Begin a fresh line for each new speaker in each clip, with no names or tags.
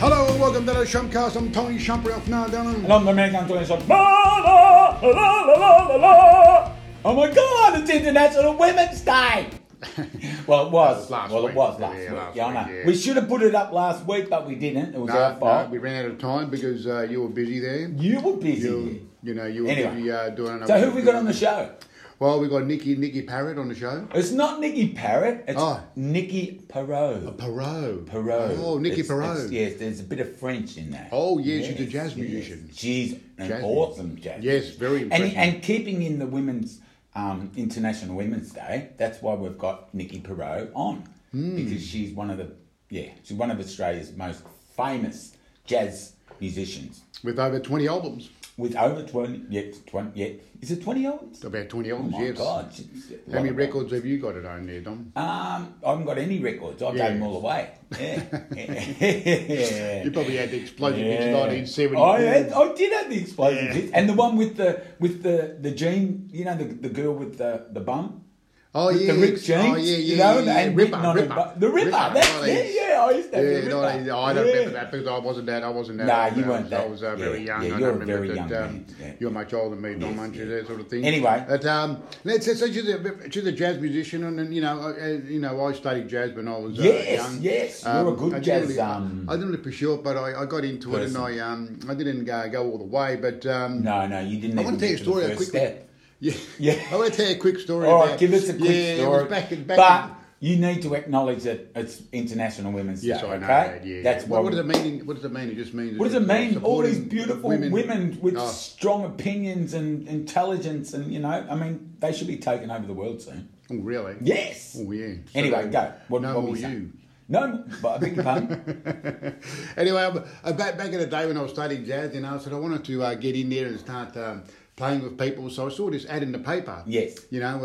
Hello and welcome to the Shumpcast. I'm Tony Shump, Ralph Nardone.
And I'm the man going to la la la la la la. Oh my God! It's International Women's Day. well, it was.
was last
well,
week.
it was last
Yeah,
week.
last
yeah, I know.
week, yeah.
We should have put it up last week, but we didn't. It was
No,
our fault.
no, we ran out of time because uh, you were busy there.
You were busy.
You, you know, you were
Anyway.
busy uh, doing. I don't know
so
what
who
you
have we
were
got on the
doing.
show?
Well, we got Nikki Nikki Parrott on the show.
It's not Nikki Parrott. It's
Oh.
Nikki Perot.
Perot.
Perot.
Oh, Nikki
It's- it's-
Perot.
Yes, there's a bit of French in that.
Oh, yeah, she's a jazz musician.
She's an
Jazz
awesome jazz.
Yes, very
And,
impressive.
and keeping in the women's um, International Women's Day, that's why we've got Nikki Perot on
Hmm.
because she's one of the yeah she's one of Australia's most famous jazz musicians
With over 20 albums.
with over twenty yeah twenty yeah is it twenty albums?
About 20
Oh
albums,
my
yes.
god! she's-
How many records have you got at home there, Dom?
Um, I haven't got any records. I
Yeah.
gave them all away. Yeah. yeah.
You probably had the explosion hits
Yeah. Oh,
1974.
I, had, I did have the explosion hits. and the one with the with the the jean, you know, the, the girl with the the bum.
oh,
With
yeah.
the Rick James,
Oh, yeah, yeah.
you know,
yeah, yeah. Ripper,
and written on her
Ripper. oh,
bu- the Ripper, that's it, yeah, I used to have the
Yeah, no,
Ripper.
I I don't remember
Yeah.
that because I wasn't that. I wasn't that.
Nah,
old,
you
uh,
weren't
I
that.
was uh, very
Yeah,
young.
yeah,
I
you're a
remember
very
that,
young
um,
man, yeah.
You're much older than me, Dom,
Yes,
aren't you?
yeah.
That sort of thing.
Anyway.
But, um, let's say so she's a, she's a jazz musician, and, and you know, I, uh, you know, I studied jazz when I was uh,
Yes,
young.
yes, you're a good
I didn't
jazz,
really-
um,
I didn't really pursue it, but I, I got into it, and
person.
I um, I didn't uh, go all the way, but um,
No, no, you didn't.
I
even
want to tell you
get
a story.
the
A
first
quick
step.
Yeah.
Yeah.
I want to tell you a quick story.
All right,
about-
give us a quick
yeah,
story.
It was back in, back
but
in-
you need to acknowledge that it's International Women's
yes,
Day.
I know.
okay?
that, Yeah.
That's
what, what
we-
does it mean? What does it mean? It just means.
What does it
it's, uh,
mean? All these
supporting Oh, Ah.
beautiful women, with strong opinions and intelligence, and you know, I mean, they should be taking over the world soon.
Oh, really?
Yes.
Oh, yeah. So
anyway,
they-
go. What,
no
what
more
we say?
you.
No, but I beg your pardon.
Anyway, I'm- uh, back back in the day when I was studying jazz, you know, I said I wanted to uh, get in there and start um, playing with people. So I saw this ad in the paper.
Yes.
You know,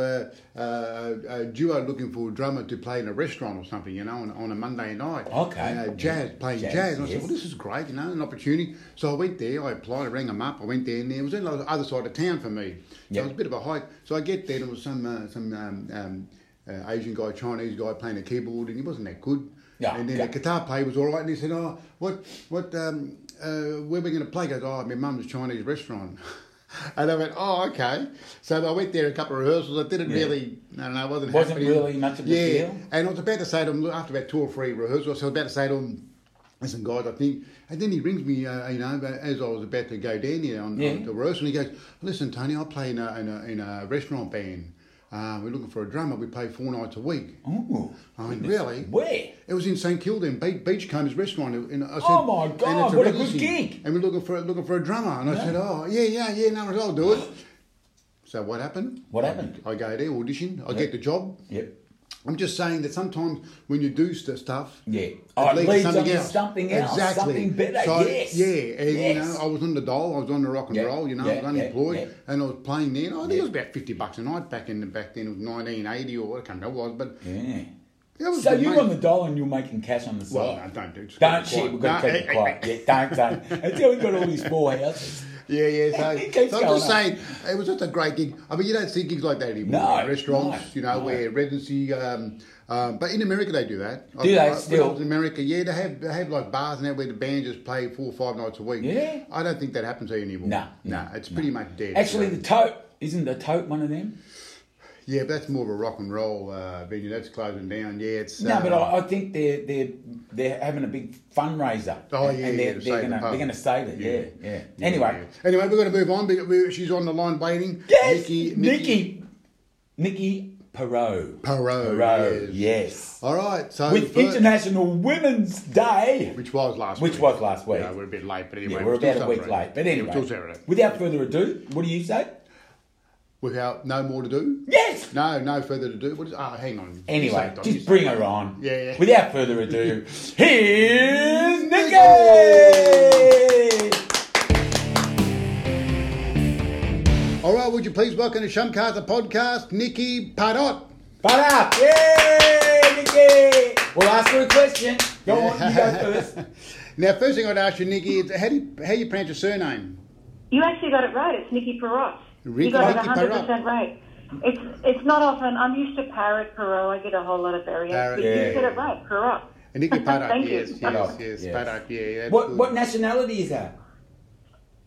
uh, uh, a duo looking for a drummer to play in a restaurant or something. You know, on, on a Monday night.
Okay.
You know, jazz playing jazz.
Jazz,
And I said,
yes.
well, this is great. You know, an opportunity. So I went there. I applied. I rang them up. I went there, and it was on the other side of town for me. So
Yeah.
It was a bit of a hike. So I get there, and it was some uh, some. Um, um, uh, Asian guy, Chinese guy playing the keyboard, and he wasn't that good.
Yeah,
and then
yeah.
the guitar player was all right, and he said, "Oh, what, what, um, uh, where we going to play?" He goes, "Oh, my mum's Chinese restaurant." And I went, oh, okay. So I went there a couple of rehearsals. I didn't
Yeah.
really, I don't know, it wasn't
Wasn't
happening.
really much of a
yeah.
deal?
And I was about to say to him, after about two or three rehearsals, I was about to say to him, listen, guys, I think. And then he rings me, uh, you know, as I was about to go down here on,
Yeah.
on the rehearsal, and he goes, listen, Tony, I play in a, in a, in a restaurant band. Uh, we're looking for a drummer. We play four nights a week.
Ooh,
I mean,
goodness.
really?
Where?
It was in St Kilda in Be- Beachcombers Restaurant. And I said,
Oh my
and
God,
it's
what a
residency,
good gig.
And we're looking for looking for a drummer. And I
Yeah.
said, oh yeah, yeah, yeah, no, worries, I'll do it. So what happened?
What happened?
I go there, audition, I get the job.
Yep.
I'm just saying that sometimes when you do st- stuff,
Yeah. Oh, it
leads to
leads on to something else,
Exactly.
something better,
So,
yes.
Yeah, and you
Yes.
know, I was on the dole, I was on the rock and
Yeah,
roll, you know, I
yeah,
was
yeah,
unemployed,
yeah.
and I was playing there. And I think it was
Yeah.
about fifty bucks a night back in the back then, it was 1980 or I can't remember what it was, but
Yeah.
that was
So
good
you
money.
on the dollar and you're making cash on the side.
Well, no, don't do it. Just
Don't
keep it
shit. We've got to
quiet.
keep it
No, eh,
quiet. yeah, don't, don't. Until we've got all these four houses.
Yeah, yeah. So,
It keeps
so I'm just
going
saying, it was just a great gig. I mean, you don't see gigs like that anymore.
No,
in restaurants,
no,
you know,
no.
where residency. Um, um, but in America, they do that. Do
they
I, when
still?
I was in America, yeah, they have they have like bars and that where the band just play four or five nights a week.
Yeah.
I don't think that happens here anymore.
No,
no, it's pretty much dead.
Actually,
you know.
the tote isn't the tote one of them.
yeah, but that's more of a rock and roll uh, venue. That's closing down. Yeah, it's
No,
um,
but I, I think they're they're they're having a big fundraiser.
Oh,
and-
yeah,
and
yeah,
they're,
to
they're
save the
gonna
pub.
they're gonna save it. Yeah, yeah.
Yeah,
Anyway,
yeah. anyway, we're going to move on. because we- She's on the line waiting.
yes,
Nikki,
Nikki, Nikki, Perot,
Perot,
Perot,
yes. Oh,
yes.
All right, so
With
fir-
International Women's Day,
which was last
which
week.
was last week.
Yeah, we're a bit late, but anyway,
Yeah, we're
still
about a week
celebrating.
late, but
Yeah,
anyway.
we're still celebrating.
Without further ado, what do you say?
Without no more to do.
Yes.
No, no further to do. What is? Ah, hang on.
Anyway,
You say it, Don, you
just
say
bring
it.
her on.
Yeah, yeah.
Without further ado, here's
Nikki!
Nikki.
All right, would you please welcome to Shumkata podcast, Nikki Parot.
Fire up! Yay, Nikki! We'll ask her a question. Go on, you go first.
now, first thing I'd ask you, Nikki, is how do you, how do you pronounce your surname?
You actually got it right. It's Nikki Perrot.
Ricky-
you got it
Ricky
100 percent right. It's it's not often. I'm used to parrot Perrot. I get a whole lot of variations.
Parrot,
but
yeah.
You said it right, Perrot.
Nikki Paddock,
Thank you.
yes, yes, yes,
Paddock, yes.
Paddock, yeah. that's
What
good.
what nationality is that?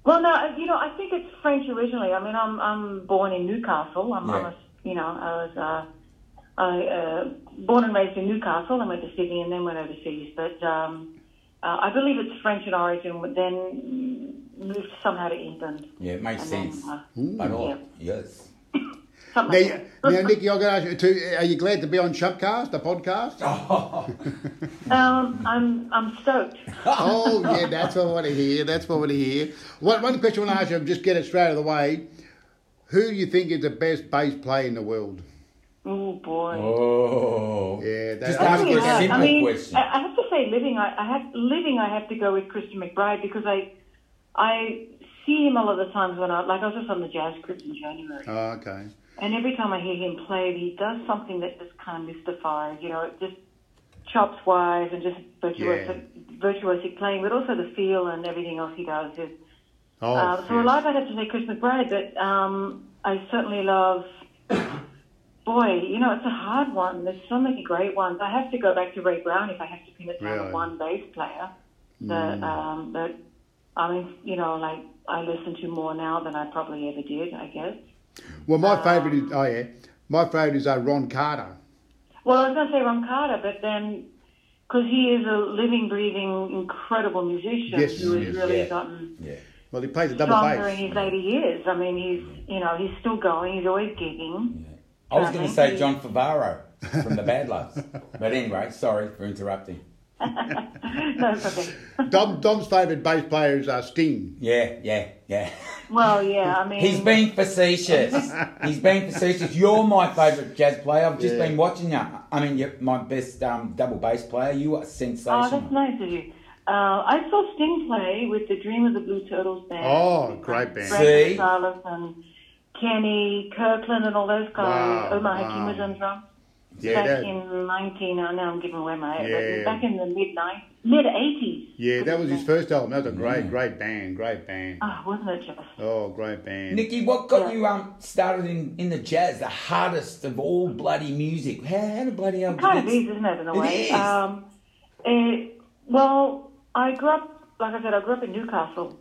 Well, no, uh, you know, I think it's French originally. I mean, I'm I'm born in Newcastle. I'm, I'm
Yeah.
a, you know, I was uh, I uh, born and raised in Newcastle. and went to Sydney and then went overseas. But um, uh, I believe it's French in origin. But then moved somehow to England.
Yeah, it makes
And then,
sense.
uh,
But all yes.
Something
Now,
like
you-
that.
now, Nikki, I've got to ask you too. Are you glad to be on Shopcast, the podcast?
Um, I'm I'm stoked.
oh yeah, that's what I want to hear. That's what I want to hear. One, one question I want to ask you, just get it straight out of the way. Who do you think is the best bass player in the world?
Oh boy.
Oh.
Yeah, that-
Just
I
ask
think
you a
it's hard.
simple
I mean,
question.
I I have to say, living, I, I have living. I have to go with Christian McBride because I, I see him a lot of the times when I like I was just on the jazz cruise in January,
Oh, okay.
and every time I hear him play, he does something that just kind of mystifies. You know, it just chops wise and just virtuosic, virtuosic playing, but also the feel and everything else he does is.
Oh,
Uh, so
yes.
alive, I'd have to say Chris McBride, but um, I certainly love. Boy, you know it's a hard one. There's so many great ones. I have to go back to Ray Brown if I have to pin it down
Really? Hmm.
to one bass player. That um, that I mean, you know, like I listen to more now than I probably ever did. I guess.
well,
uh,
my favourite is oh yeah, my favourite is uh, Ron Carter.
Well, I was going to say Ron Carter, but then because he is a living, breathing, incredible musician
Yes,
who has
yes,
really
yeah.
gotten
Yeah.
Well, he plays a double
stronger in
bass.
his 80 years. I mean, he's you know he's still going. He's always gigging.
I was
Uh,
going to
thank
say
you.
John Favaro from the Bad Lads. but anyway, sorry for interrupting.
no, it's okay.
Dom, Dom's favourite bass player is uh, Sting.
Yeah, yeah, yeah.
Well, yeah, I mean,
He's being facetious. He's being facetious. You're my favourite jazz player. I've just
Yeah.
been watching you. I mean, you're my best um, double bass player. You are
Oh,
sensational.
that's nice of you. Uh, I saw Sting play with the Dream of the Blue Turtles band.
Oh, great band.
See?
Brad Gonzalez and Kenny Kirkland and all those guys.
Wow,
Omar
wow.
Hakim was on drums.
Yeah,
back
that,
in 19, I know I'm giving away my age,
Yeah.
but back in the mid mid 80s.
yeah, that was his first album. That was a
Mm.
great, great band, great band.
Oh, wasn't it just?
Oh, great band.
Nikki, what got
Yeah.
you um, started in, in the jazz, the hardest of all bloody music? How, how the bloody hell did
Kind of
this-
is, isn't it, in a
It
way?
is.
Um, it, well, I grew up, like I said, I grew up in Newcastle.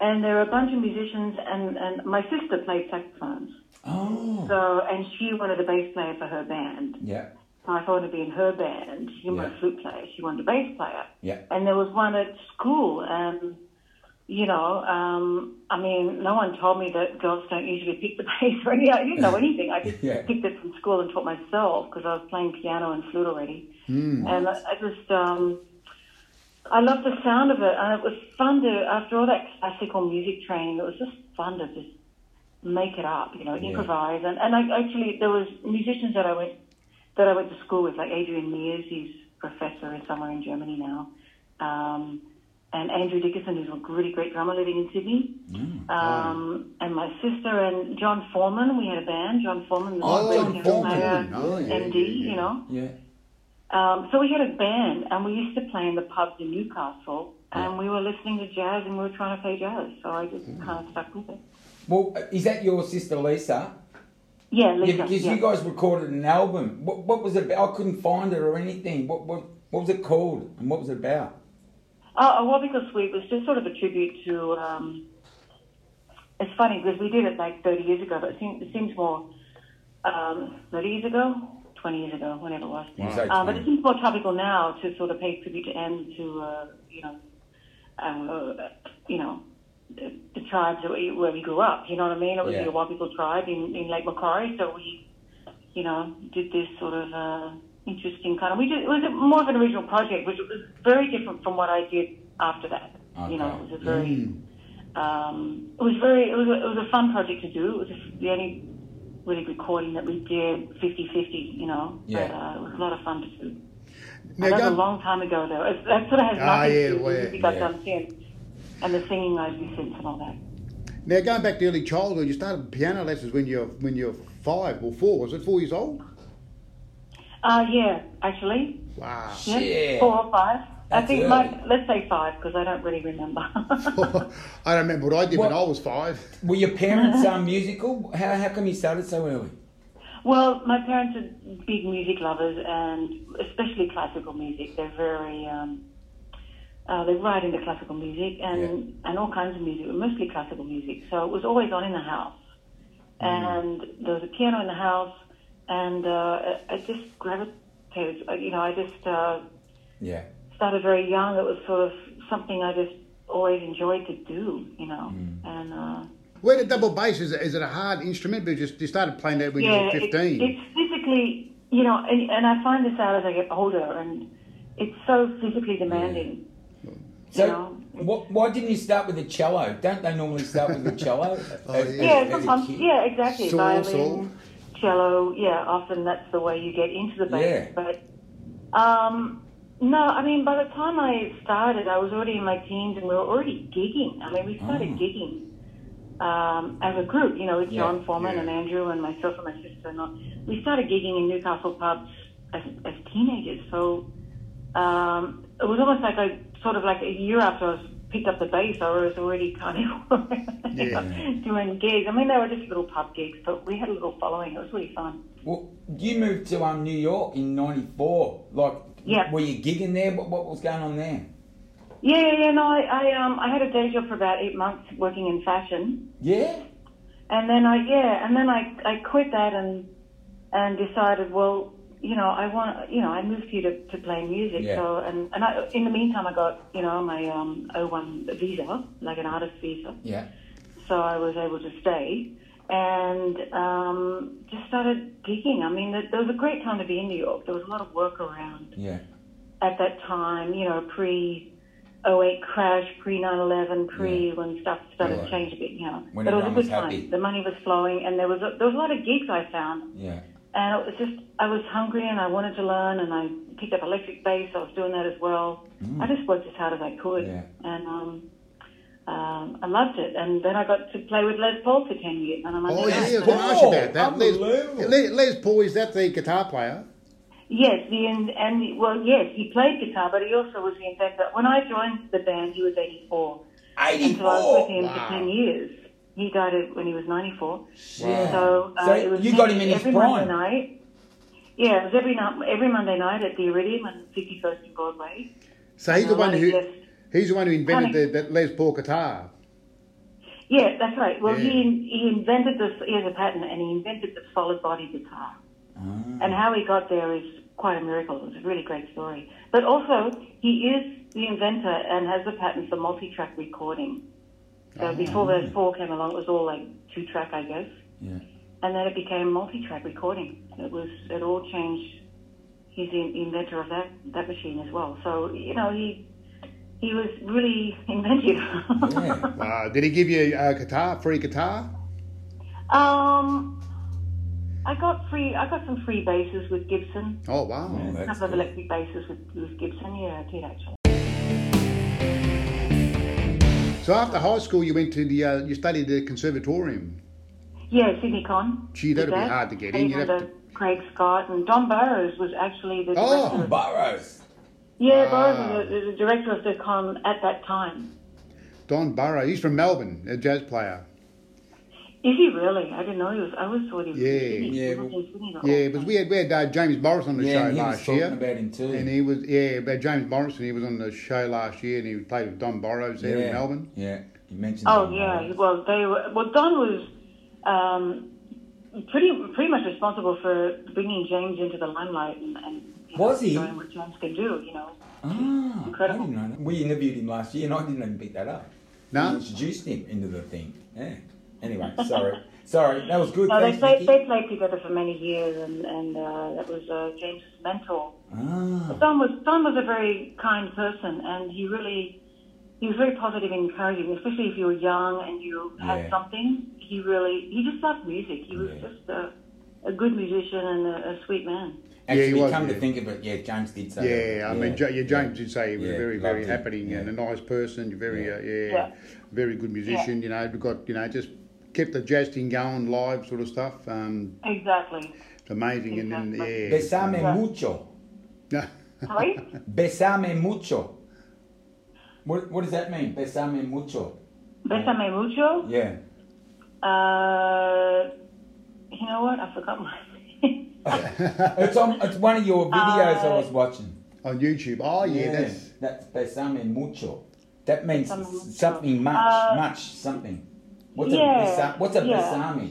And there were a bunch of musicians, and, and my sister played saxophones.
Oh,
So, and she wanted a bass player for her band.
yeah,
So I wanted to be in her band. She wanted
Yeah.
a flute player. She wanted a bass player.
yeah.
And there was one at school, and you know, um, I mean, no one told me that girls don't usually pick the bass or anything. I didn't know anything. I just
Yeah.
picked it from school and taught myself because I was playing piano and flute already.
Hmm.
And I, I just, um, I loved the sound of it, and it was fun to, after all that classical music training, it was just fun to just make it up, you know, improvise. And, and I actually, there was musicians that I went that I went to school with, like Adrian Mears, he's professor in somewhere in Germany now, um, and Andrew Dickinson, who's a really great drummer living in Sydney,
Mm.
um, and my sister and John Foreman. We had a band, John Foreman, the
Oh,
great
John
piano
Foreman.
player,
Oh, yeah,
MD,
yeah, yeah.
you know.
Yeah.
Um, so we had a band, and we used to play in the pubs in Newcastle, and we were listening to jazz, and we were trying to play jazz. So I just
Mm.
kind of stuck with it.
Well, is that your sister Lisa?
Yeah, Lisa,
Yeah, because
yeah.
you guys recorded an album. What, what was it about? I couldn't find it or anything. What, what, what was it called and what was it about?
Oh, a Wobbico Suite was just sort of a tribute to. Um, it's funny because we did it like 30 years ago, but it seems, it seems more um, 30 years ago, 20 years ago, whenever it was.
You say
Uh, but it
20.
seems more topical now to sort of pay tribute to and to uh, you know, uh, you know, the, the tribes that we, where we grew up. You know what I mean? It was
Yeah.
the Awabiko tribe in, in Lake Macquarie, so we, you know, did this sort of uh, interesting kind of. We did it was a, more of an original project, which was very different from what I did after that. You know,
Okay.
it was a very.
Mm.
Um, it was very. It was, a, it was a fun project to do. It was a, the only really recording that we did 50-50, You know,
Yeah.
but, uh, it was a lot of fun to do.
Now,
that was
go-
a long time ago, though. It, that sort of has
Ah,
nothing
yeah,
to do
well,
with
yeah,
the music I've
yeah.
done since, and the singing I do since and all that.
Now, going back to early childhood, you started piano lessons when you're when you're five or four. Was it four years old?
Uh, yeah, actually,
Wow.
yeah,
Shit.
four or five. I
That's
think
early.
my, let's say five because I don't really remember.
I don't remember what I did when
What-
I was five.
Were your parents um, musical? How, how come you started so early?
Well, my parents are big music lovers, and especially classical music. They're very um, uh, they write into classical music and and all kinds of music, but mostly classical music. So it was always on in the house,
Mm.
and there was a piano in the house, and uh, I- I just gravitated. uh, You know, I just uh,
Yeah.
started very young. It was sort of something I just always enjoyed to do. You know,
Mm.
and. Uh,
Where the double bass is, it- is it a hard instrument? But you just you started playing that when you were
it-
fifteen.
it's physically, you know, and, and I find this out as I get older, and it's so physically demanding. you
So,
know.
wh- why didn't you start with a cello? Don't they normally start with a cello?
Oh,
as-
yeah.
as-
Yeah,
as a
sometimes,
kid?
yeah, exactly.
Saw,
Violin,
saw.
cello, yeah. Often that's the way you get into the bass.
Yeah.
But um, no, I mean, by the time I started, I was already in my teens, and we were already gigging. I mean, we started
Oh.
gigging um, as a group. You know, with
Yeah,
John Foreman
yeah.
and Andrew and myself and my sister. And all. We started gigging in Newcastle pubs as, as teenagers. So um, it was almost like I sort of like a year after I was picked up the bass, I was already kind of you know, doing gigs. I mean, they were just little pub gigs, but we had a little following. It was really fun.
Well, you moved to um, New York in '94. Like,
Yeah.
were you gigging there? What, what was going on there?
Yeah, yeah, yeah. No, I, I, um, I had a day job for about eight months working in fashion,
Yeah.
and then I, yeah, and then I, I quit that and, and decided, well, you know, I want, you know, I moved here to, to play music.
Yeah.
So, and and I, in the meantime, I got, you know, my um, O1 visa, like an artist visa.
Yeah.
so I was able to stay and um, just started gigging. I mean, there there was a great time to be in New York. There was a lot of work around
Yeah.
at that time, you know, pre 08 crash, pre 9 11, pre when stuff started
Right.
to change a bit, you know.
When
but it was a
everyone was
good time.
happy.
The money was flowing and there was, a, there was a lot of gigs I found.
Yeah.
And it was just, I was hungry and I wanted to learn and I picked up electric bass. I was doing that as well.
Mm.
I just worked as hard as I could.
Yeah.
And um, um, I loved it. And then I got to play with Les Paul for 10 years. And I'm like,
Oh yeah,
"Yes,
I was going to ask you about that. Les,
Unbelievable.
Les, Les Paul is that the guitar player?
Yes, the in, and the, well, yes, he played guitar, but he also was the inventor. When I joined the band, he was 84. And so I was with
'84.
him
Wow.
for 10 years. He died at- when he was 94.
Yeah.
So, uh,
So
it was
you got him in his
every
prime.
Monday night. Yeah, it was every night, every Monday night at the Iridium on 51st and Broadway.
So he's
No,
the one
Les-
who
Les-
he's the one who invented
Honey.
the, that Les Paul guitar.
Yeah, that's right. Well,
Yeah.
he he invented this. He has a patent, and he invented the solid body guitar.
Ah.
And how he got there is quite a miracle. It's a really great story. But also, he is the inventor and has the patent for multi-track recording. So
Oh,
before those four came along, it was all like two-track, I guess,
Yeah.
and then it became multi-track recording. It was it all changed. He's the inventor of that that machine as well. So you know he he was really inventive.
Yeah.
Wow! Did he give you a guitar, free guitar?
Um, I got free. I got some free bases with Gibson.
Oh wow!
Oh,
A
that's
couple of
cool.
electric bases with, with Gibson. Yeah, I did actually.
So after high school, you went to the uh, you studied the conservatorium.
Yeah, Sydney Con.
Gee, that'd
did
be
that.
hard to get
And
in.
he
You'd
had
have
a Craig Scott and Don Burrows was actually the
Oh.
director. Of,
Burrows.
Wow.
yeah, Burrows was the, the director of the con at that time.
Don Burrow. He's from Melbourne, a jazz player.
Is he really? I didn't know he was. I always thought he was.
Yeah.
in Sydney.
Yeah,
He
well-
was in Sydney the
Yeah,
whole
because
time.
we had we had uh, James Morris on the
Yeah,
show
and he was
last
talking
year,
about him too.
and he was yeah about James Morrison. He was on the show last year, and he played with Don Burrows there in Melbourne.
Yeah. You mentioned.
Oh
Don
yeah,
Burrows.
well they were. Well, Don was um, pretty pretty much responsible for bringing James into the limelight and, and you
Was
know,
he?
showing what James can do. You know,
Ah,
Incredible.
I didn't know that. We interviewed him last year, and I didn't even pick that up.
No?
We introduced him into the thing. Yeah. Anyway, sorry, sorry. That was good.
no, they
Thanks, Nikki.
played they played together for many years, and and uh, that was uh, James' mentor.
Ah,
Don was Don was a very kind person, and he really he was very positive and encouraging, especially if you were young and you had
Yeah.
something. He really he just loved music. He was
Yeah.
just a, a good musician and a, a sweet man.
he
actually,
was,
come to
yeah.
think of it, yeah, James did say.
Yeah,
that.
I mean, Ja- yeah, James did say he was
uh, Yeah,
very,
loved
very
him,
happening
yeah.
and a nice person. Very,
Yeah.
Uh, yeah,
Yeah.
very good musician. You know, we got you know just kept the jazz thing going live sort of stuff. Um,
Exactly.
it's amazing, and then
Exactly.
yeah,
Besame
Yeah.
mucho.
Sorry.
Besame mucho. What, what does that mean? Besame mucho.
Bésame mucho.
Yeah.
Uh, you know what? I forgot my.
it's on. It's one of your videos
Uh,
I was watching.
on YouTube. Oh yeah, that's
that's besame mucho. That means
Besame mucho.
something much,
Uh,
much something. What's
yeah,
a besa- what's a
yeah.
besame?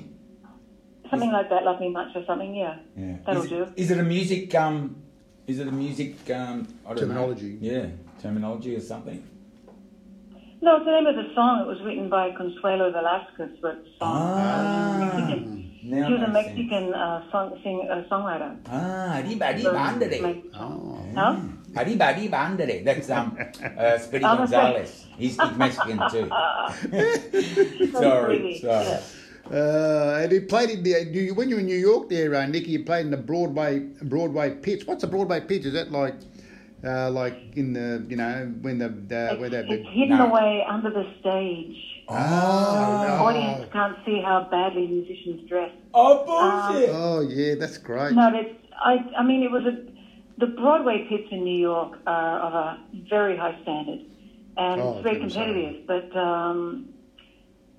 Something like that, love me much or something, yeah.
Yeah.
That'll
is,
do.
Is it a music? Um, is it a music? Um, I don't
Terminology.
Know. Yeah, terminology or something.
No, it's the name of the song. It was written by Consuelo Velasquez, but uh, song.
Ah, now
she was a
makes sense.
Mexican uh, song, sing, uh, songwriter.
Ah, arriba, arriba, andere.
Like-
oh.
Huh?
Arriba, arriba, andere. That's um, uh, Speedy
I'm a-
Gonzalez. He's, he's Mexican too.
so
sorry,
pretty.
sorry.
Yeah.
Uh, and he played in the do you, when you were in New York there, uh, Nicky. You played in the Broadway Broadway pitch. What's a Broadway pitch? Is that like uh, like in the you know when the, the where the,
It's,
the
it's hidden
No.
away under the stage.
Ah.
The
oh,
audience can't see how badly musicians dress.
Oh bullshit!
Ah.
oh yeah, that's great.
No, that's, I, I mean, it was a, the Broadway pits in New York are of a very high standard, and
Oh,
it's very
I'm sorry.
competitive. But um,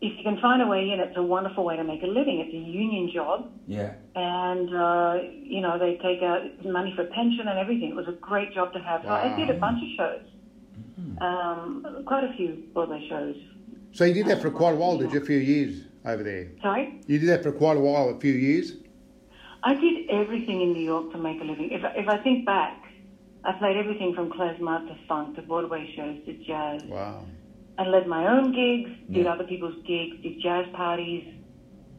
if you can find a way in, it's a wonderful way to make a living. It's a union job,
yeah.
and uh, you know they take out money for pension and everything. It was a great job to have. So I did a bunch of shows, um, quite a few Broadway shows.
So you did that for quite a while, did you? A few years over there.
Sorry.
You did that for quite a while, a few years.
I did everything in New York to make a living. If, if I think back, I played everything from klezmer to funk to Broadway shows to jazz.
Wow.
I led my own gigs, did other people's gigs, did jazz parties,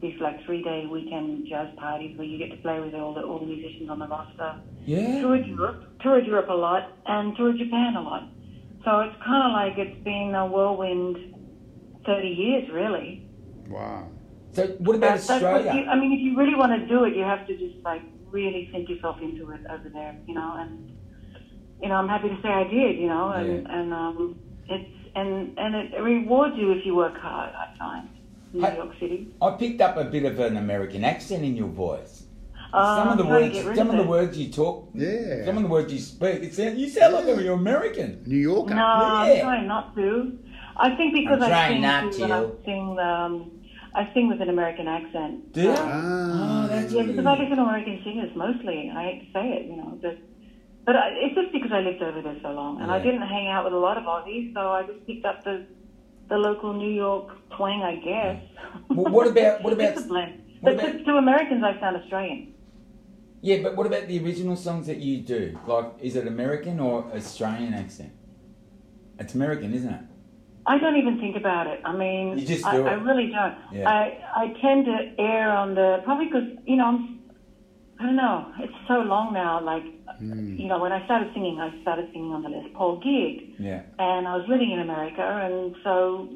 these like three day weekend jazz parties where you get to play with all the, all the musicians on the roster.
Yeah.
Toured Europe, toured Europe a lot, and toured Japan a lot. So it's kind of like it's been a whirlwind 30 years, really.
Wow.
So what about
That's- that's what you-
Australia?
I mean, if you really want to do it, you have to just like really sink yourself into it over there, you know. And you know, I'm happy to say I did, you know, and
Yeah.
and um, it's and and it rewards you if you work hard. I find in
Hey.
New York City.
I picked up a bit of an American accent in your voice.
Uh,
some of
I'm
the
trying to
words,
get rid
some of the
it.
words you talk,
Yeah.
some of the words you speak. It sound, you sound like you're American.
New Yorker.
No, I'm
Yeah.
trying not to. I think because
I'm
I
trying
sing
not
and I
to.
sing um, I sing with an American accent.
Do you?
Um,
Ah.
oh, that's
Yeah,
really.
because I listen to American singers mostly. I hate to say it, you know, but but I, it's just because I lived over there so long, and I
Yeah.
didn't hang out with a lot of Aussies, so I just picked up the the local New York twang, I guess.
Well, what about- what about-
It's a blend.
what
but
about-
to, to Americans, I sound Australian.
Yeah, but what about the original songs that you do? Like, is it American or Australian accent? It's American, isn't it?
I don't even think about it. I mean,
You just
I,
do it.
I really don't.
Yeah.
I I tend to err on the probably because you know I'm I don't know. It's so long now. Like
Hmm.
you know, when I started singing, I started singing on the Les Paul gig.
Yeah.
and I was living in America, and so,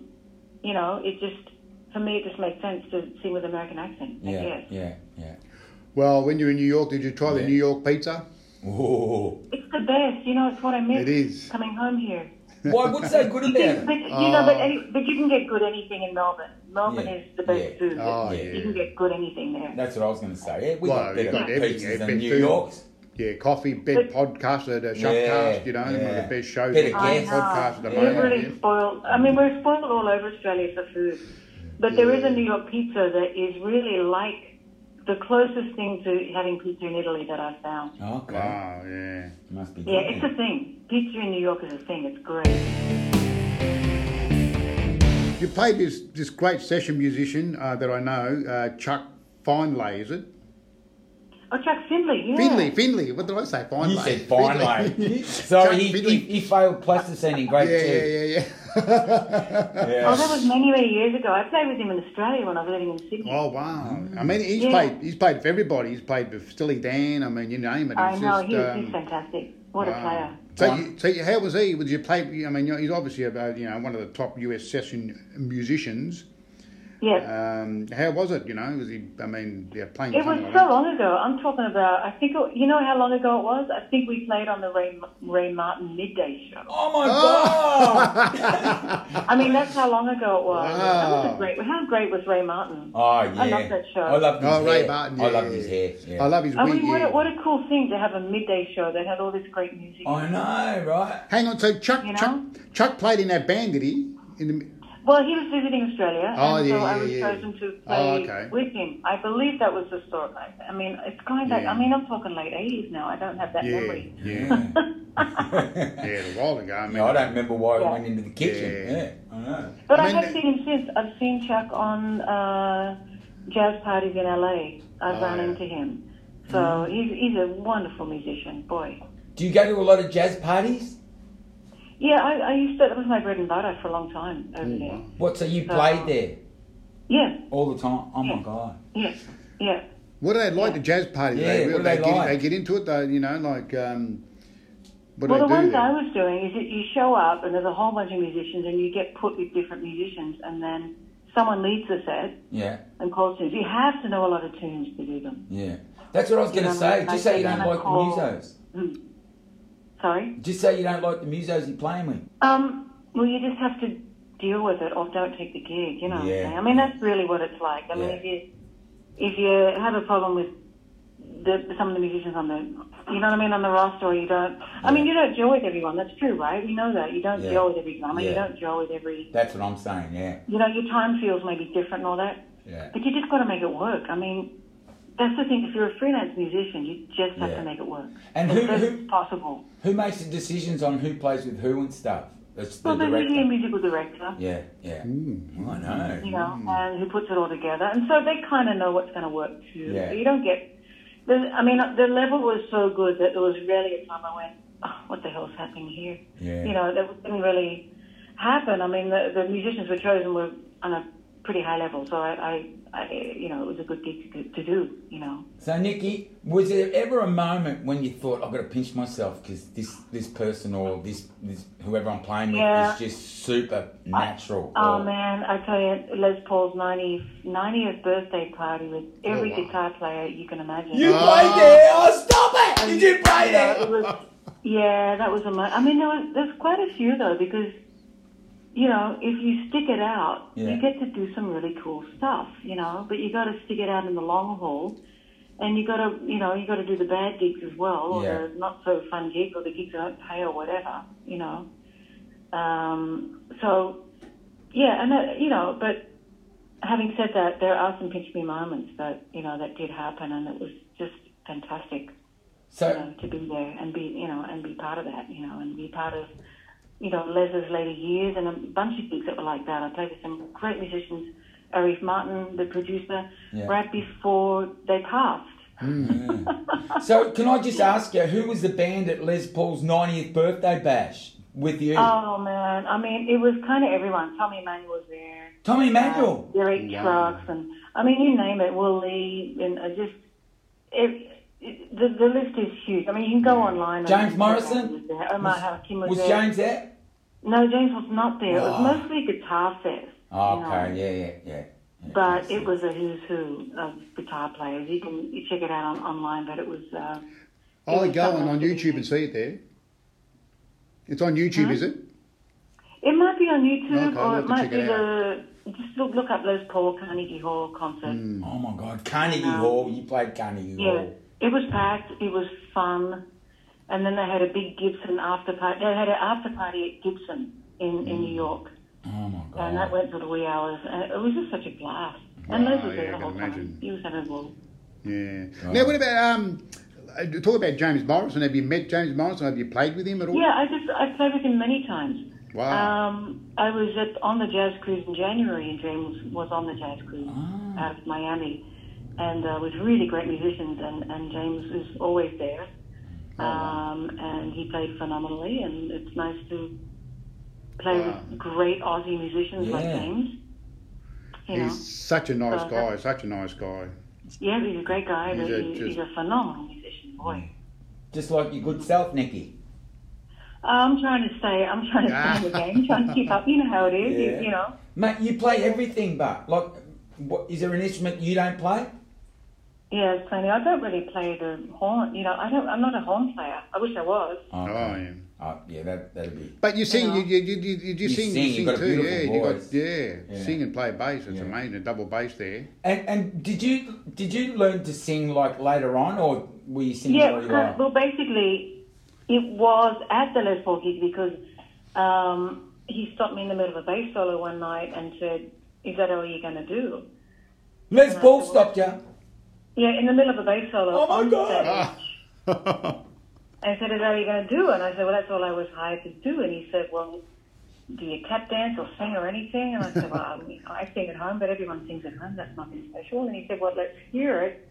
you know, it just for me it just made sense to sing with American accent. I
Yeah.
guess
Yeah. Yeah.
Well, when you were in New York, did you try the
Yeah.
New York pizza?
Oh.
it's the best. You know, it's what I miss.
It is.
coming home here.
Why? What's so good about
Yeah,
it?
but you know,
Oh.
but any, but you can get good anything in Melbourne. Melbourne
Yeah.
is the best
Yeah.
food.
Oh,
Yeah.
You can get good anything there.
That's what I was going to say. Yeah, we
Well,
got
you
better
got everything,
pizzas
everything
than New
food.
York's.
Yeah, coffee, bed podcast, uh, the shopcast, you know, one of
yeah.
the best shows,
Bit of
on
guests.
podcast at the
Yeah.
moment.
We're really
yeah.
spoiled. I mean, we're spoiled all over Australia for food, but there is a New York pizza that is really like the closest thing to having pizza in Italy that I've found.
Okay.
Wow, yeah.
Must be good.
Yeah, it's
then.
a thing. Pizza in New York is a thing. It's great.
You played this this great session musician uh, that I know, uh, Chuck Finlay, is it?
Oh, Chuck Findlay, yeah.
Finlay, Finlay. What did I say? Finlay.
You said fine, mate. Sorry,
Chuck
he, he,
Finley.
he failed plasticine in grade
Yeah, yeah,
two.
yeah, yeah.
Oh, that was many, many years ago. I played with him in Australia when I was living in Sydney.
Oh wow! I mean, he's
Yeah.
played. He's played for everybody. He's played for Steely Dan. I mean, you name it.
I
It's
know,
just,
he's,
um,
he's fantastic. What a
wow.
player.
So, you, so you, how was he? Was you play? I mean, you know, he's obviously about you know one of the top US session musicians.
Yes.
Um, how was it? You know, was he? I mean, yeah, playing.
it
with
was
someone
so
like
long ago. I'm talking about, I think, it- you know how long ago it was? I think we played on the Ray, Ray Martin midday show.
Oh my god!
I mean, that's how long ago it was. That was
Wow.
a great, how great was Ray Martin?
Oh yeah.
I love that show.
I love his
that. Oh,
hair.
Ray Barton.
I
yeah,
love his
yeah.
hair. Yeah.
I love his
I
wig.
mean, what a,
yeah.
what a cool thing to have a midday show that had all this great
Oh.
music.
I know, right?
Hang on. So Chuck,
You know?
Chuck, Chuck played in that band, did he? In the,
Well, he was visiting Australia,
Oh,
and
yeah,
so I
yeah,
was
yeah.
chosen to
Oh,
play
okay.
with him. I believe that was the story. I, I mean, it's going back.
Yeah.
I mean, I'm talking late '80s now. I don't have that
Yeah.
memory.
Yeah.
Yeah, a while ago. I mean,
Yeah, I don't remember why
Yeah.
I went into the kitchen.
Yeah.
Yeah, I know.
But
I
I,
mean,
have
the-
seen him since. I've seen Chuck on uh, jazz parties in LA.
Oh,
I've run
yeah. Hmm.
into him. So he's he's a wonderful musician, boy.
Do you go to a lot of jazz parties?
Yeah, I, I used to. That was my bread and butter for a long time over there.
Oh, wow.
What? So you played there
Yeah,
all the time? Oh my
Yeah.
god!
yeah, yeah.
What do they like the jazz party?
Yeah,
they,
what do
they,
they
get,
like?
they get into it though, you know, like um, what
well,
do
the
they do?
ones
there?
I was doing is that you show up and there's a whole bunch of musicians and you get put with different musicians and then someone leads the set
Yeah,
and calls tunes. You have to know a lot of tunes to do them.
yeah. That's what I was
You
going to
know,
say.
like
Just say
they
you don't like
wanna
the
call-
musos.
Sorry.
Just say you don't like the musos you're playing with.
Um, well, you just have to deal with it or don't take the gig. You know. what I'm
Yeah.
saying? I mean, that's really what it's like. I mean,
Yeah.
if you if you have a problem with the, some of the musicians on the, you know what I mean, on the roster, or you don't. I mean,
Yeah.
you don't gel with everyone. That's true, right? You know that you don't
Yeah.
gel with every drummer. You
Yeah.
don't gel with every.
That's what I'm saying. Yeah,
You know, your time feels maybe different and all that.
yeah,
But you just got to make it work. I mean, that's the thing. If you're a freelance musician, you just have
Yeah.
to make it work.
And
It's
who-
just
who-
possible?
Who makes the decisions on who plays with who and stuff? That's the
Well, there's usually a
director.
musical director,
Yeah, yeah. I
you
know.
know, and who puts it all together, and so they kind of know what's going to work too.
Yeah.
You don't get. there's- I mean, the level was so good that there was rarely a time I went, oh, "What the hell's happening here?"
Yeah.
You know, that didn't really happen. I mean, the, the musicians were chosen were on a pretty high level, so I, I, I you know, it was a good gig to, to do. You know.
So, Nikki, was there ever a moment when you thought, "I've got to pinch myself because this this person or this, this whoever I'm playing with
Yeah.
is just super natural"?
Oh
or-
man, I tell you, Les Paul's 90, 90th birthday party with every
Oh,
wow.
guitar player you can imagine.
You
Ah.
played there. Oh, stop it! You did play
yeah,
there.
it was, yeah, that was a. Mo- I mean, there was, there's quite a few though because, you know, if you stick it out,
Yeah.
you get to do some really cool stuff, you know. But you got to stick it out in the long haul, and you got to, you know, you got to do the bad gigs as well, or
Yeah.
the not so fun gigs, or the gigs that don't pay, or whatever, you know. Um, so, yeah, and that, you know, but having said that, there are some pinch me moments that you know that did happen, and it was just fantastic you
So,
know, to be there and be, you know, and be part of that, you know, and be part of, you know, Les's later years and a bunch of gigs that were like that. I played with some great musicians, Arif Martin, the producer,
Yeah.
right before they passed.
so can I just ask you, who was the band at Les Paul's 90th birthday bash with you?
Oh man, I mean, it was kind of everyone. Tommy Emmanuel was there,
Tommy
uh,
Manuel.
Derek
Wow.
Trucks, and I mean, you name it, Will Lee, and uh, just it, it, the the list is huge. I mean, you can go online. and-
James Morrison?
was there. Omar Hakim was,
Was
there.
James there?
No, James was not there. It was
Ah.
Oh.
mostly guitar fest.
Oh,
you know.
okay, yeah, yeah, yeah. yeah.
But it was a who's who of guitar players. You can you check it out on, online, but it was. Uh,
I
It was
Oh, go on,
something
on
to do.
YouTube and see it there. It's on YouTube, is it?
it might be on YouTube,
Okay,
or
we'll
it might
check
be
it
the just look look up Les Paul Carnegie Hall concert.
Hmm,
Oh my God, Carnegie
Um,
Hall. You played Carnegie
Yeah,
Hall.
oh.
it was packed. It was fun, and then they had a big Gibson after party. They had an after party at Gibson in in New
Hmm.
York,
Oh my
and that
God.
went till the wee hours. And it was just such a blast. And Les was
yeah, I
there the
can
whole time.
imagine.
He was having a ball.
Yeah. Now, what about um? uh, Talk about James Morrison. Have you met James Morrison? Have you played with him at all?
Yeah, I just I played with him many times.
Wow.
Um, I was at, on the jazz cruise in January, and James was on the jazz cruise
Ah.
out of Miami, and uh, with really great musicians. And, and James is always there,
Oh,
um, and he played phenomenally. And it's nice to play
Wow.
with great Aussie musicians like
Yeah.
James. You know,
He's such a nice
Uh,
guy. Such a nice guy.
yeah, he's a great guy.
He's
but
a-
he-
just- Mm.
he's a phenomenal musician, boy.
Just like your good self, Nikki.
I'm trying to stay. I'm trying to stay in the game, trying to keep up. You know how it is. you-
Yeah.
you know.
Mate, you play everything, but like, what is there an instrument you don't play?
Yeah, it's plenty. I don't really play the horn. You know, I don't. I'm not a horn player. I wish I was.
Oh,
Oh, yeah.
oh yeah, that that'd be.
But you sing,
know.
you, you, you, you, you,
You
sing, you
sing, you've
sing
got a
too,
beautiful
yeah. You got
voice.
yeah,
Yeah.
sing and play bass. It's
Yeah.
amazing, double bass there.
And and did you did you learn to sing like later on, or were you singing
Yeah.
while you
uh,
were?
well, basically, it was at the Les Paul gig because um, he stopped me in the middle of a bass solo one night and said, "Is that all you're going to do?"
Les Paul stopped you.
Yeah, in the middle of a bass solo.
Oh, my
on
God.
stage.
Ah.
And he said, Is that all you're going to do? And I said, Well, that's all I was hired to do. And he said, Well, do you tap dance or sing or anything? And I said, Well, I, mean, I sing at home, but everyone sings at home. That's nothing special. And he said, Well, let's hear it.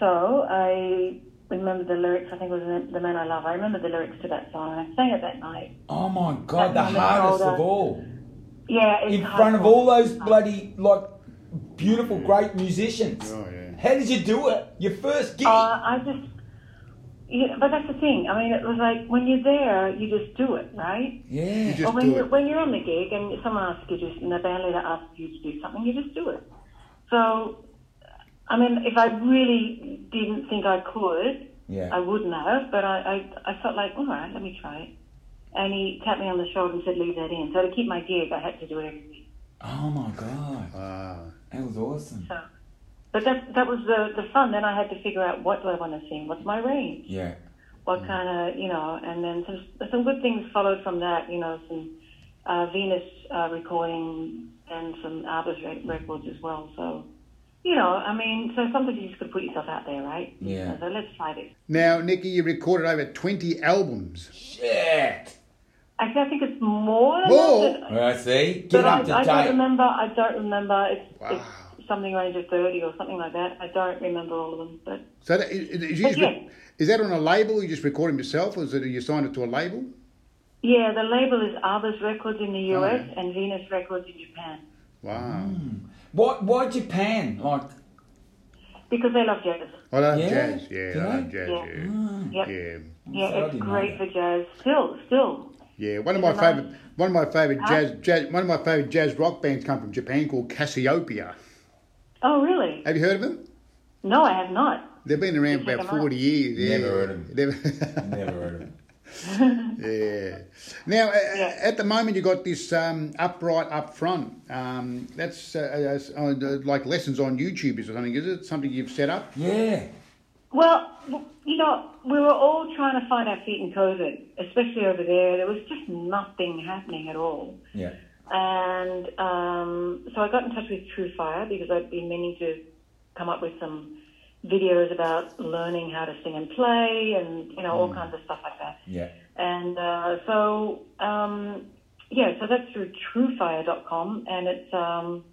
So I remember the lyrics. I think it was The Man I Love. I remember the lyrics to that song, and I sang it that night.
Oh my god, the
Like, I'm
hardest
older.
of all.
Yeah, it's
In
hard
front of
for-
all those bloody like beautiful great musicians.
Oh, yeah.
How did you do it? Your first gig.
Uh, I just, yeah, but that's the thing. I mean, it was like when you're there, you just do it, right?
yeah.
Just
Or when
do
you're,
it.
when you're on the gig and someone asks you to, and the band leader asks you to do something, you just do it. So, I mean, if I really didn't think I could,
Yeah.
I wouldn't have. But I, I, I felt like, all right, let me try it. And he tapped me on the shoulder and said, leave that in. So to keep my gig, I had to do it every week.
oh my god.
Ah.
That was awesome.
So, but that that was the the fun. Then I had to figure out what do I want to sing, what's my range.
Yeah.
what
Mm.
kind of you know and then some some good things followed from that you know some uh, venus uh, recording and some Abba's re- records as well so you know i mean so sometimes you just could put yourself out there right
Yeah.
so let's try this
Now, Nikki, you recorded over 20 albums.
Shit.
actually i think it's more than
More?
that, but-
Well, see,
but
get up
I, I
to
don't
date.
remember i don't remember it's,
Wow.
it's something range of 30 or something like that i don't remember all of them but
So that, is, is- is you
But
just re- is that on a label? You just record them yourself, or is it you signed it to a label?
yeah the label is Abba's records in the
Oh,
us
yeah.
and venus records in japan
Wow.
Mm. Why, why Japan? Like,
because they love jazz
I love
Yeah?
jazz. Yeah,
Do
I love
they?
jazz.
Yeah.
Yeah.
mm.
yep.
Yeah.
Yeah,
So I
it's
didn't know
great for
that.
jazz. Still, still.
Yeah, one of my
Never mind.
favorite, one of my favorite
Huh?
jazz, jazz, one of my favorite jazz rock bands come from Japan called Cassiopeia.
Oh, really?
Have you heard of them?
No, I have not.
They've been around
Check
about
'em
forty years. Yeah.
Never heard of
Never-
Never heard of it.
yeah. Now, a- a-
Yeah.
at the moment, you got this um, upright up front. Um, that's uh, uh, s- uh, uh, like lessons on YouTube or something. Is it something you've set up?
Yeah.
Well, you know, we were all trying to find our feet in COVID, especially over there. There was just nothing happening at all.
Yeah.
And um, so I got in touch with True Fire because I'd been meaning to come up with some videos about learning how to sing and play and, you know, all kinds of stuff like that.
Yeah.
And uh, so, um, yeah, so that's through truefire.com, and it's um,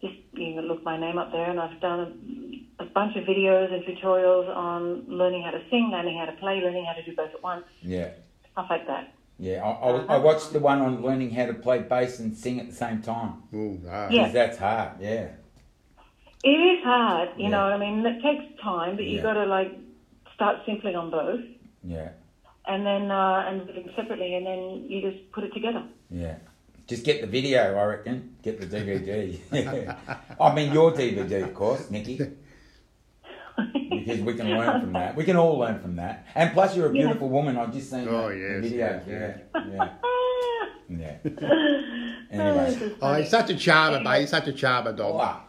just you can look my name up there, and I've done a, a bunch of videos and tutorials on learning how to sing, learning how to play, learning how to do both at once,
Yeah.
stuff like that.
Yeah. I, I, I
Uh-huh.
watched the one on learning how to play bass and sing at the same time.
Oh, ah.
Yeah.
Because that's hard. Yeah.
It is hard, you
Yeah.
know. what I mean, it takes time, but
Yeah.
you got to like start simply on both,
Yeah.
and then uh, and do them separately, and then you just put it together.
Yeah. Just get the video, I reckon. Get the DVD. I mean, your DVD, of course, Nikki. Because we can learn from that. We can all learn from that. And plus, you're a
Yeah.
beautiful woman. I've just seen
Oh,
the-
yes,
the video.
yes,
yeah. Yeah. yeah.
Oh,
anyway.
this is
Oh,
funny.
he's such a charmer, mate. He's such a charmer dog.
Wow.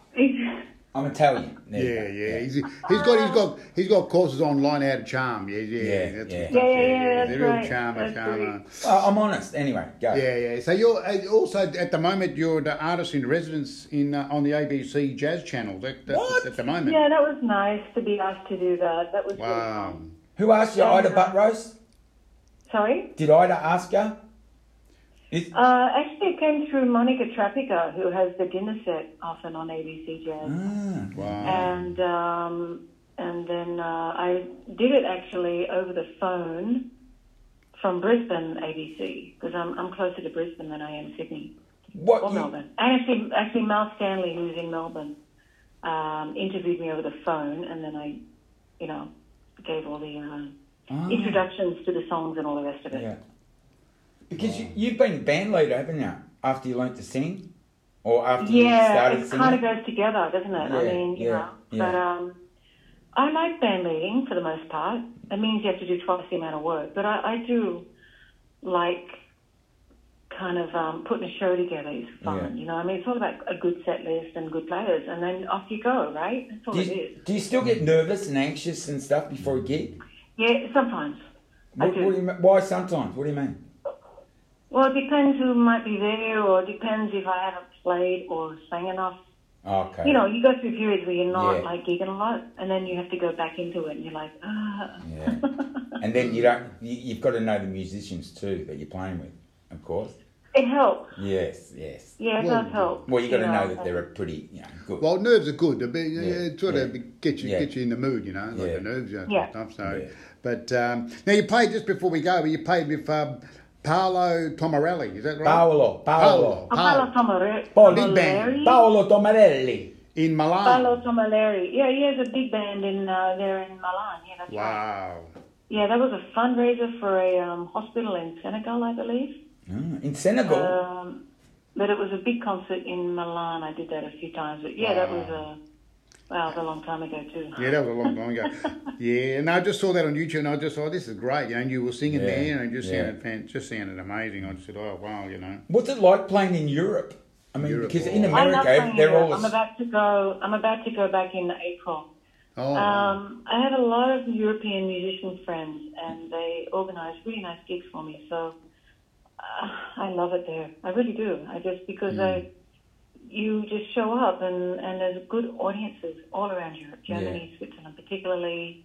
I'm Italian. There you
Yeah,
go.
yeah. He's, he's got he's got he's got courses online how to charm. Yeah, yeah,
Yeah,
that's
yeah.
what-
Yeah, yeah, yeah,
He's
that's
a real
right.
charmer,
That's
charmer.
right.
Well, I'm honest. Anyway, go.
Yeah, yeah. So you're uh, also at the moment you're the artist in residence in uh, on the ABC Jazz Channel. That, that,
What?
At the moment.
Yeah, that was nice to be asked to do that. That was really
Wow.
fun.
Who asked you, Ida Buttrose?
Sorry?
Did Ida ask you? Is-
Uh, actually, it came through Monica Trapica, who has the dinner set often on ABC Jazz.
Ah,
Wow.
And, um, and then uh, I did it actually over the phone from Brisbane ABC, because I'm, I'm closer to Brisbane than I am Sydney
what?
or
you-
Melbourne. And actually, actually, Mal Stanley, who's in Melbourne, um, interviewed me over the phone, and then I, you know, gave all the. Uh,
Ah.
introductions to the songs and all the rest of it.
Yeah. Because you, you've been band leader, haven't you? After you learnt to sing? Or after you
Yeah,
started
it
singing?
kind of goes together, doesn't it? I
Yeah,
mean, you
yeah,
know. But
yeah.
um, I like band leading for the most part. It means you have to do twice the amount of work, but I, I do like kind of um, putting a show together is fun.
Yeah.
You know, I mean, it's all about a good set list and good players, and then off you go, right? That's all
do,
it
you,
is.
do you still get nervous and anxious and stuff before a gig?
Yeah, sometimes. I
What,
do.
what do you, mean- why sometimes? What do you mean?
Well, it depends who might be there, or it depends if I haven't played or sang enough.
Oh, Okay.
You know, you go through periods where you're not
Yeah.
like gigging a lot, and then you have to go back into it, and you're like, ah.
Yeah. and then you don't. You, you've got to know the musicians too that you're playing with, of course.
It helps.
Yes. Yes.
Yeah, it
Well,
does help.
Well, you got to know,
know
that they're a pretty, you know, good.
Well, nerves are good. I mean, yeah, it sort
yeah.
of get you
Yeah.
get you in the mood, you know, like
Yeah.
the nerves and
Yeah.
stuff. So,
Yeah.
but um, now you played just before we go. You played with um, Paolo Tomarelli, is that right?
Paolo,
Paolo.
Paolo,
Paolo
Paolo,
Tomare-
Big band.
Tomaleri.
Paolo Tomarelli.
in Milan.
Paolo Tomaleri. Yeah, he has a big band in uh, there in Milan. Yeah, that's right.
Wow.
Yeah, that was a fundraiser for a um, hospital in Senegal, I believe.
Mm, in Senegal.
Um, but it was a big concert in Milan. I did that a few times. But yeah, that was a wow, that was a long time ago too.
Yeah, that was a long time ago. yeah, and I just saw that on YouTube, and I just thought this is great. You know, and you were singing
Yeah,
there, and it just
yeah.
sounded fan- just sounded amazing. I just said, oh wow, you know.
What's it like playing in Europe? I mean,
Europe,
because
oh.
in
I love
America,
playing
they're
Europe.
all.
I'm about to go. I'm about to go back in April.
Oh,
Um, I have a lot of European musician friends, and they organise really nice gigs for me. So uh, I love it there. I really do. I just because I, you just show up, and and there's good audiences all around Europe, Germany, Switzerland, particularly,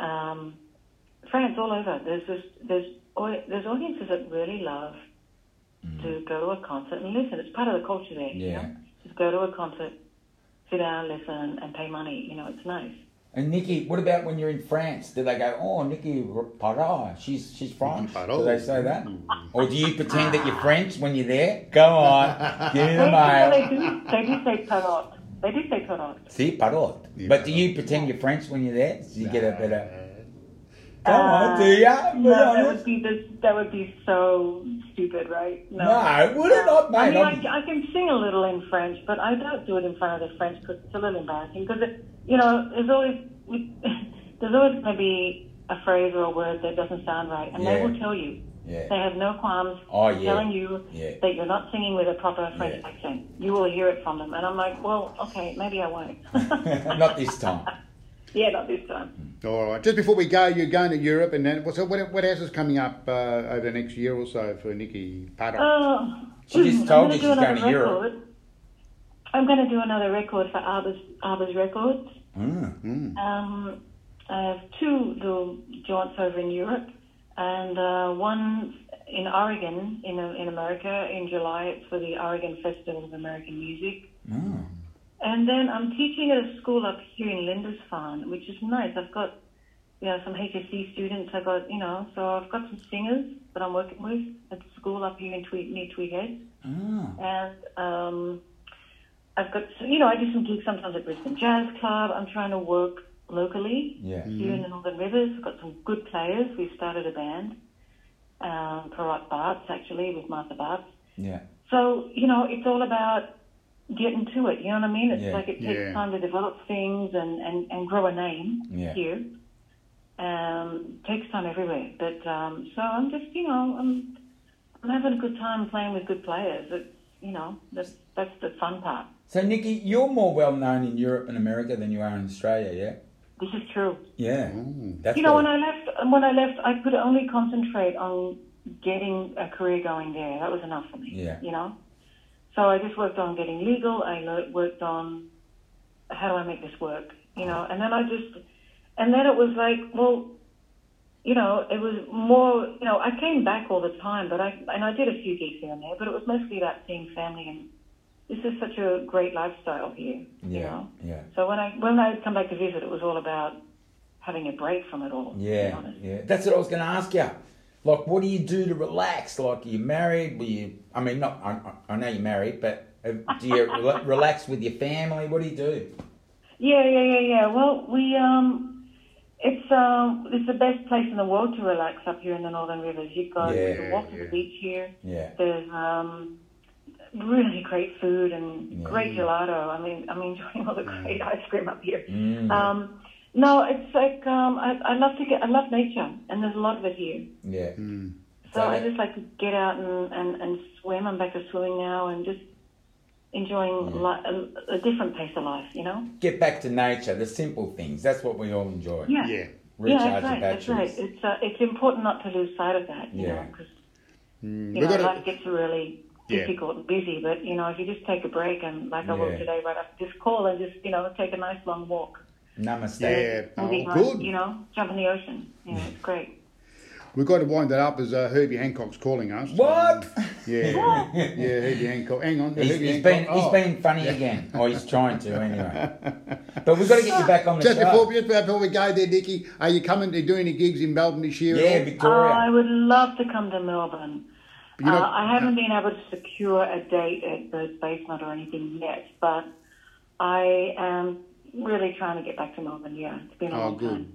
um, France, all over. There's just there's au- there's audiences that really love to go to a concert and listen. It's part of the culture there. You
Yeah.
know? Just go to a concert, sit down, listen, and pay money. You know, it's nice.
And Nikki, what about when you're in France? Do they go, "Oh, Nikki Parra, she's she's French"?
Parra.
Do they say that,
Mm.
or do you pretend that you're French when you're there? Go on, give me the mail.
They do, they do say parrot. They do say parrot.
See, parrot.
Yeah,
But do
parrot.
you pretend you're French when you're there? So you get a better. Go
Uh,
on, do ya?
No, that
No,
would be this, that would be so stupid, right? No,
no, would it not,
I
mate?
mean,
I'm-
I, I can sing a little in French, but I don't do it in front of the French because it's a little embarrassing. Because you know, there's always there's always going to be a phrase or a word that doesn't sound right, and they
Yeah.
will tell you. They
yeah.
have no qualms
Oh, yeah.
telling you
Yeah.
that you're not singing with a proper French
Yeah.
accent. You will hear it from them, and I'm like, well, okay, maybe I won't.
Not this time.
Yeah, not this time.
all right. Just before we go, you're going to Europe, and then so what? What else is coming up uh, over the next year or so for Nikki Pardo?
Oh,
She just
I'm
told
gonna
you
do
she's going
another
to Europe.
record. I'm going to do another record for Arba's, Arba's Records.
Mm.
Um, I have two little joints over in Europe, and uh, one in Oregon, in in America, in July. It's for the Oregon Festival of American Music.
Mm.
And then I'm teaching at a school up here in Lindisfarne, which is nice. I've got, you know, some HSC students. I've got, you know, so I've got some singers that I'm working with at the school up here in Tweed, near Tweed Heads.
Mm.
And um, I've got, you know, I do some gigs sometimes at Brisbane Jazz Club. I'm trying to work locally
Yeah.
here in the Northern Rivers. We've got some good players. We started a band, um, Parrot Barts, actually, with Martha Barts.
Yeah.
So, you know, it's all about getting to it. You know what I mean? It's
Yeah.
like it takes
Yeah.
time to develop things and, and, and grow a name
Yeah.
here. Um, takes time everywhere. But, um, so I'm just, you know, I'm, I'm having a good time playing with good players. It's, you know, that's, that's the fun part.
So, Nikki, you're more well known in Europe and America than you are in Australia, yeah?
This is true.
Yeah. That's
You know,
what-
when I left, when I left, I could only concentrate on getting a career going there. That was enough for me.
Yeah.
You know, so I just worked on getting legal. I lo- worked on how do I make this work. You know, and then I just, and then it was like, well, you know, it was more. You know, I came back all the time, but I and I did a few gigs here and there, but it was mostly about seeing family and. This is such a great lifestyle here. You
Yeah.
know?
Yeah.
So when I when I come back to visit, it was all about having a break from it all. To be
Yeah.
honest.
Yeah. That's what I was going to ask you. Like, what do you do to relax? Like, are you married? Were you, I mean, not, I, I I know you're married, but uh, do you rela- relax with your family? What do you do?
Yeah, yeah, yeah, yeah. Well, we um, it's um, it's the best place in the world to relax up here in the Northern Rivers. You've got
Yeah,
the walk to
yeah.
the beach here.
Yeah.
There's um, really great food and
Yeah.
great gelato. I mean, I'm enjoying all the great ice cream up here.
Mm.
Um, no, it's like um, I, I love to get I love nature, and there's a lot of it here.
Yeah.
Hmm.
So
So
I
that-
just like to get out and, and, and swim. I'm back to swimming now and just enjoying li- a, a different pace of life, you know?
Get back to nature, the simple things. That's what we all enjoy.
Yeah.
yeah.
Recharge
yeah, that's right.
your
That's
batteries.
right. It's, uh, it's important not to lose sight of that, you
Yeah.
know, because You
Mm, We've
know,
gotta-
life gets really
Yeah.
difficult and busy, but you know, if you just take a break and like I
Yeah.
will today, right after this call, and just you know, take a nice long walk.
Namaste.
Yeah.
Or be
Oh,
home,
good.
You know, jump in the ocean. Yeah, it's great.
We've got to wind that up as uh, Herbie Hancock's calling us.
What?
Yeah. yeah, Herbie Hancock. Hang on.
He's,
Herbie
he's been
Hancock.
he's
Oh.
been funny again, or he's trying to anyway. But we've got to get you back on the
Just
show.
before, just before we go there, Nicky, are you coming to do any gigs in Melbourne this year?
yeah,
Oh, I
Victoria.
would love to come to Melbourne.
You know-
uh, I haven't been able to secure a date at Bird's Basement or anything yet, but I am really trying to get back to Melbourne. Yeah, it's been a
Oh,
long
good.
time.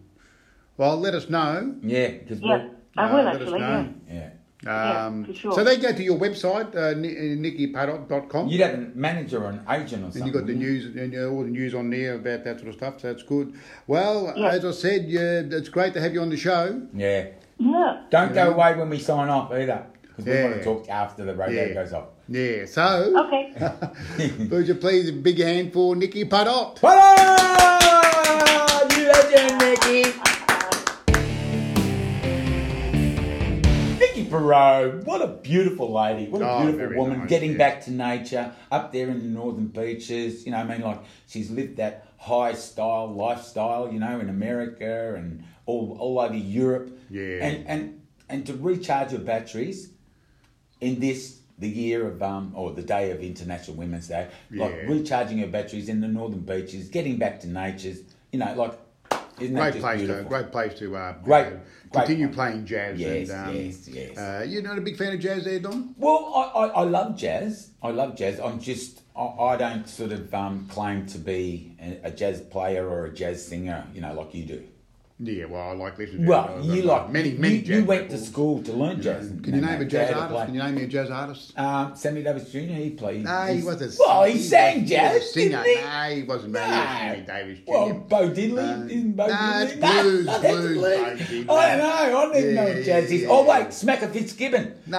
Well, let us know.
Yeah, because
Yeah, I
Uh,
will
let us
actually.
know.
Yeah.
yeah.
Yeah,
Um,
for sure.
So they go to your website, uh, nickypaddock.com.
You'd have a manager or an agent or something.
And you got the
wouldn't
news and you know, all the news on there about that sort of stuff. So that's good. Well,
Yeah.
as I said, yeah, it's great to have you on the show.
Yeah.
Yeah.
Don't go away when we sign off either, because we want
Yeah.
to talk after the radio
Yeah.
goes off.
Yeah. So,
Okay.
would you please a big hand for Nicky Paddock?
Hello, you legend, Nikki. Nikki Perot, what a beautiful lady, what a
Oh,
beautiful
very
woman,
nice,
getting
yeah.
back to nature up there in the northern beaches. You know, I mean, like she's lived that high style lifestyle, you know, in America and all all over Europe.
Yeah.
and and and to recharge your batteries in this the year of um or the day of International Women's Day, like
Yeah.
recharging your batteries in the northern beaches, getting back to nature's, you know, like isn't that
Great
just
place, to,
beautiful?
great place to uh,
Great-
uh,
great
continue
place.
playing jazz.
Yes,
and, um,
yes, yes.
Uh, you're not a big fan of jazz there, Don?
Well, I, I, I love jazz. I love jazz. I'm just I, I don't sort of um, claim to be a, a jazz player or a jazz singer, you know, like you do.
Yeah, well, I like listening to
Well,
it.
you
I've
like
got many, many
you,
jazz
you went to
records.
school to learn jazz.
Can you
know,
name a
my
jazz
dad would
artist?
play-
Can you name me a jazz artist?
Um, Sammy Davis Jr. He played.
No, he
he's-
wasn't.
Well, he sang
was- he was a
jazz,
singer.
didn't he?
No, he wasn't. No. Sammy Davis Jr.
Well, Bo Diddley
No.
isn't Bo
No,
Diddley.
it's blues,
that's
blues, Bo
blues.
Diddley.
I don't know. I don't even know
Yeah,
what jazz is.
yeah,
Oh
yeah.
wait, Smacker Fitzgibbon.
No,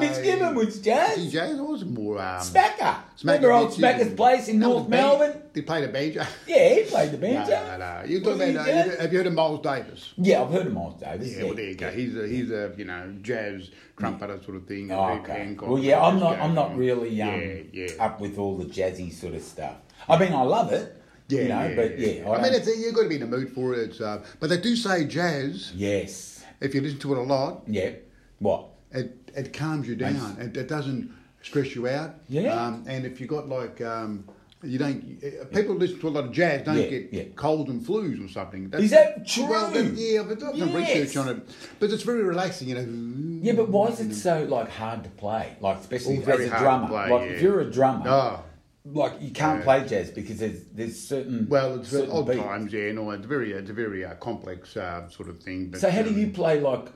no.
Fitzgibbon was
See,
jazz.
jazz was more. Um,
Smacker.
Smacker
Remember old
Fitzgibbon.
Smacker's place in
That was
North
a banjo.
Melbourne?
They played a banjo.
Yeah, he played the
No,
banjo.
no, no. You
Wasn't
talking
he
about? Uh,
jazz?
have you heard of Miles Davis?
Yeah, I've heard of Miles Davis.
Yeah, well, there you go. He's a he's a you know jazz trumpeter sort of thing.
Oh,
Herbie
okay.
Hancock,
Well, yeah, I'm
Miles
not. I'm not
Davis.
really um,
yeah, yeah.
up with all the jazzy sort of stuff. I mean, I love it.
yeah,
you know,
yeah,
but yeah,
I, mean,
don't-
it's, you've got to be in the mood for it. It's, uh, but they do say jazz,
yes,
if you listen to it a lot,
yeah. What?
it, it calms you down. It, it doesn't stress you out.
Yeah.
Um, and if you got like, um, you don't, uh, people listen to a lot of jazz don't
Yeah,
get
yeah.
colds and flus or something. That's
Is that true?
Well, that- yeah, I've done some
Yes.
research on it. But it's very relaxing, you know.
Yeah, but why is it so like hard to play? Like especially
Oh, Mm. very
as a
hard to
drummer.
play,
like
yeah.
if you're a drummer,
Oh.
like you can't
Yeah.
play jazz because there's there's certain
Well, it's
certain
odd
beats.
times, yeah. No, it's very, it's a very uh, complex uh, sort of thing. But,
So how do
um,
you play like?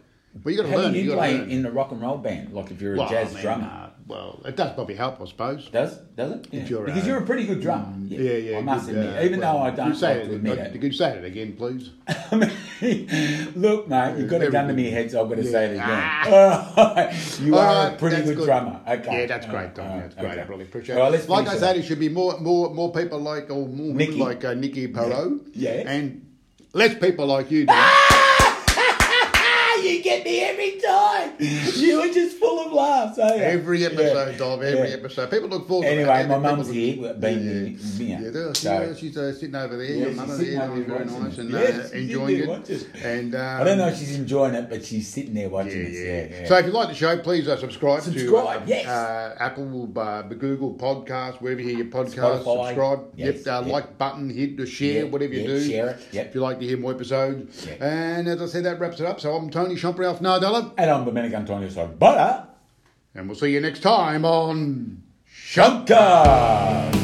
Well, you gotta
how
learn,
do you,
you gotta
play
learn.
in the rock and roll band? Like if you're a
well,
jazz
I mean,
drummer,
uh, well, it does probably help, I suppose.
does does it? Yeah.
you're
because
a- Mm.
you're a pretty good drummer.
Yeah, yeah.
I must
good,
admit,
uh,
even
well,
though I don't
you say
like
it,
to admit it.
Could you say it again, please?
I mean, look, mate, you've got a
Very
gun to
good.
my head, so I've got to
Yeah. Ah.
say it again. you
All
are a
right,
pretty
that's
good,
good.
drummer. Okay.
Yeah, that's
All
great,
right,
Don.
all
That's great. I
okay.
really appreciate
Well,
it.
let's
Like I
finish
said,
up.
it should be more more more people like or more
Nikki.
women like uh, Nikki Perot.
Yeah. Yeah.
And less people like you, Don.
Ah! you get me every time. You were just full of laughs. eh?
Every
Yeah.
episode, Don. Every
Yeah.
episode. People look forward. to
Anyway,
it.
my
People
mum's
look-
here, being
Yeah,
yeah.
there, she-
So-
yeah, she's uh, sitting over there.
Yeah,
your
she's
mother,
sitting
yeah,
over there
very
watching
nice
it.
and
Yeah, she's
uh,
sitting
enjoying
there
it.
watching.
And um,
I don't know if she's enjoying it, but she's sitting there
Yeah,
watching this.
yeah.
Yeah, yeah.
So if you like the show, please uh, subscribe,
Subscribe,
to uh,
yes.
uh, Apple, uh, Google Podcast, wherever you hear your podcast.
Spotify,
Subscribe.
yes,
yep. Uh,
yep.
Like button, hit the share,
Yeah,
whatever you
yeah,
do.
share it, yep.
If you like to hear more episodes.
Yeah.
And as I said, that wraps it up. So I'm Tony Shompralph Nardella,
and I'm Domenico Antonio Sorbara.
and we'll see you next time on.
Shunker!